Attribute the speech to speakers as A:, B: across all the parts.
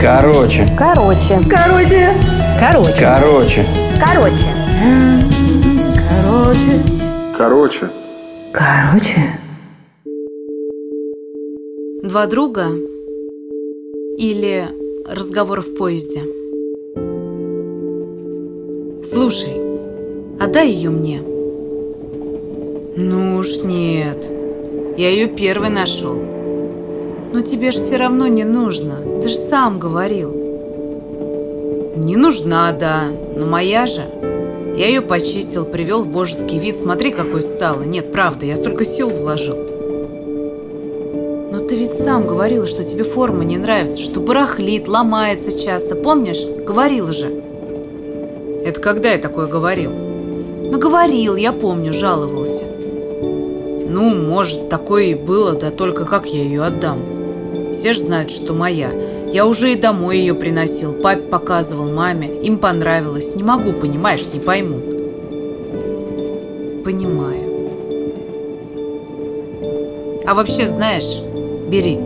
A: Короче,
B: Короче.
C: Короче,
B: Короче.
A: короче.
B: Короче.
D: Короче.
C: короче.
E: Два друга или разговор в поезде. Слушай, отдай ее мне. Ну уж нет, я ее первый нашел. Но тебе же все равно не нужно, ты же сам говорил. Не нужна, да, но моя же. Я ее почистил, привел в божеский вид, смотри, какой стала. Нет, правда, я столько сил вложил. Но ты ведь сам говорила, что тебе форма не нравится, что барахлит, ломается часто. Помнишь? Говорил же. Это когда я такое говорил? Ну, говорил, я помню, жаловался. Ну, может, такое и было, да только как я ее отдам? Все же знают, что моя. Я уже и домой ее приносил, папе показывал, маме. Им понравилось. Не могу, понимаешь, не поймут. Понимаю. А вообще, знаешь, бери.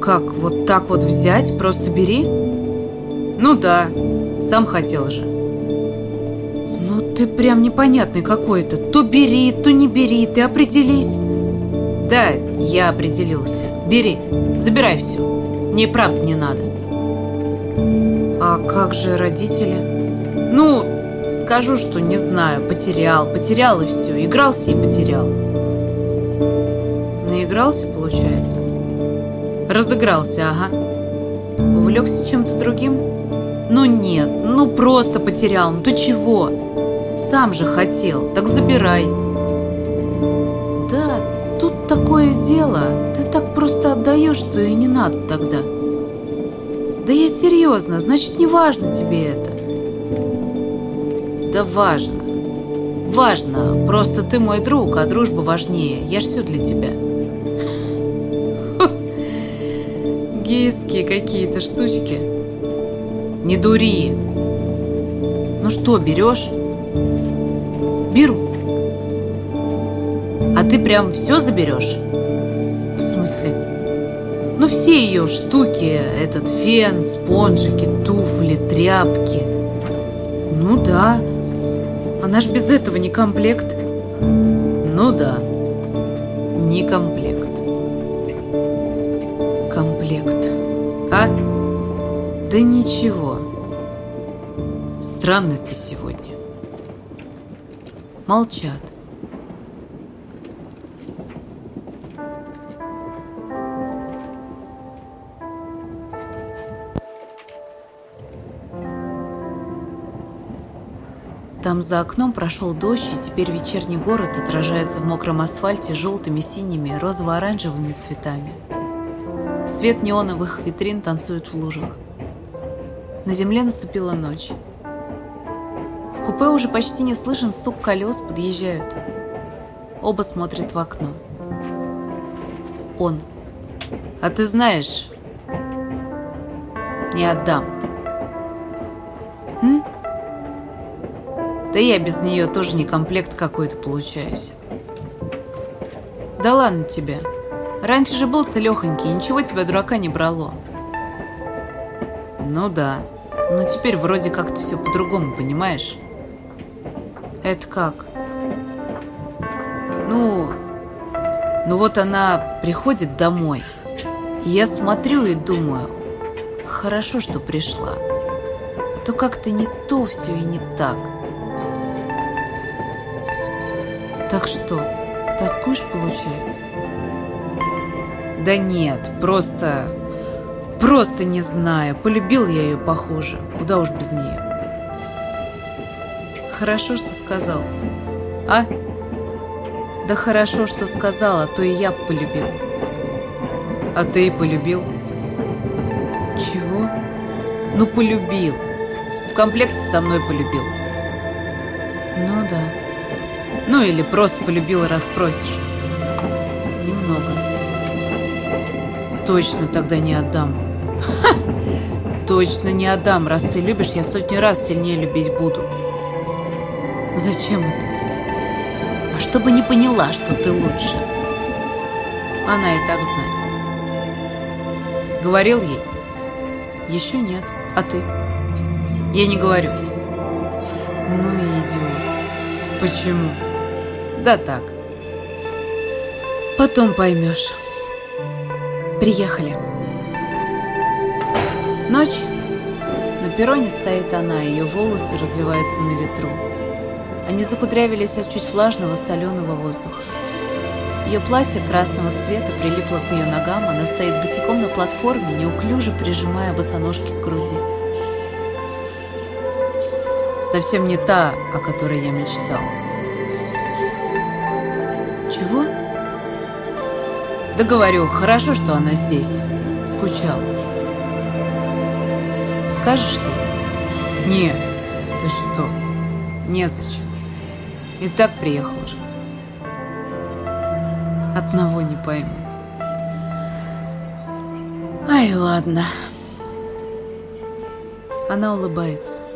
E: Как, вот так вот взять, просто бери? Ну да, сам хотел же. Ну ты прям непонятный какой-то. То бери, то не бери, ты определись. Да, я определился. Бери, забирай все. Мне и правда не надо. А как же родители? Ну, скажу, что не знаю. Потерял, потерял и все. Игрался и потерял. Наигрался, получается? Разыгрался, ага. Увлекся чем-то другим? Ну нет, ну просто потерял. Ну ты чего? Сам же хотел, так забирай. Да, тут такое дело. Ты так просто отдаешь, что и не надо тогда. Да я серьезно, значит, не важно тебе это. Да важно. Важно, просто ты мой друг, а дружба важнее. Я ж все для тебя. Гейские какие-то штучки. Не дури. Ну что, берешь? Беру. А ты прям все заберешь? В смысле? Ну все ее штуки, этот фен, спонжики, туфли, тряпки. Ну да. Она ж без этого не комплект. Ну да. Не комплект. Комплект. А? Да ничего. Странный ты сегодня. Молчат. Там за окном прошел дождь, и теперь вечерний город отражается в мокром асфальте желтыми, синими, розово-оранжевыми цветами. Свет неоновых витрин танцует в лужах. На земле наступила ночь. В купе уже почти не слышен стук колес, подъезжают. Оба смотрят в окно. Он. А ты знаешь, не отдам. Да я без нее тоже не комплект какой-то получаюсь. Да ладно тебе. Раньше же был целехонький, ничего тебя дурака не брало. Ну да. Но теперь вроде как-то все по-другому, понимаешь? Это как? Ну... Ну вот она приходит домой. И я смотрю и думаю, хорошо, что пришла. А то как-то не то все и не так. Так что, тоскуешь, получается? Да нет, просто... Просто не знаю. Полюбил я ее, похоже. Куда уж без нее. Хорошо, что сказал. А? Да хорошо, что сказал, а то и я б полюбил. А ты и полюбил. Чего? Ну, полюбил. В комплекте со мной полюбил. Ну да. Ну или просто полюбила, расспросишь. Немного. Точно тогда не отдам. Ха! Точно не отдам. Раз ты любишь, я в сотню раз сильнее любить буду. Зачем это? А чтобы не поняла, что ты лучше. Она и так знает. Говорил ей? Еще нет. А ты? Я не говорю. Ну и идиот. Почему? Да так. Потом поймешь. Приехали. Ночь. На перроне стоит она, ее волосы развиваются на ветру. Они закудрявились от чуть влажного соленого воздуха. Ее платье красного цвета прилипло к ее ногам, она стоит босиком на платформе, неуклюже прижимая босоножки к груди. Совсем не та, о которой я мечтал. Чего? Да говорю, хорошо, что она здесь. Скучал. Скажешь ей? Нет. Ты что? Незачем. И так приехал же. Одного не пойму. Ай, ладно. Она улыбается.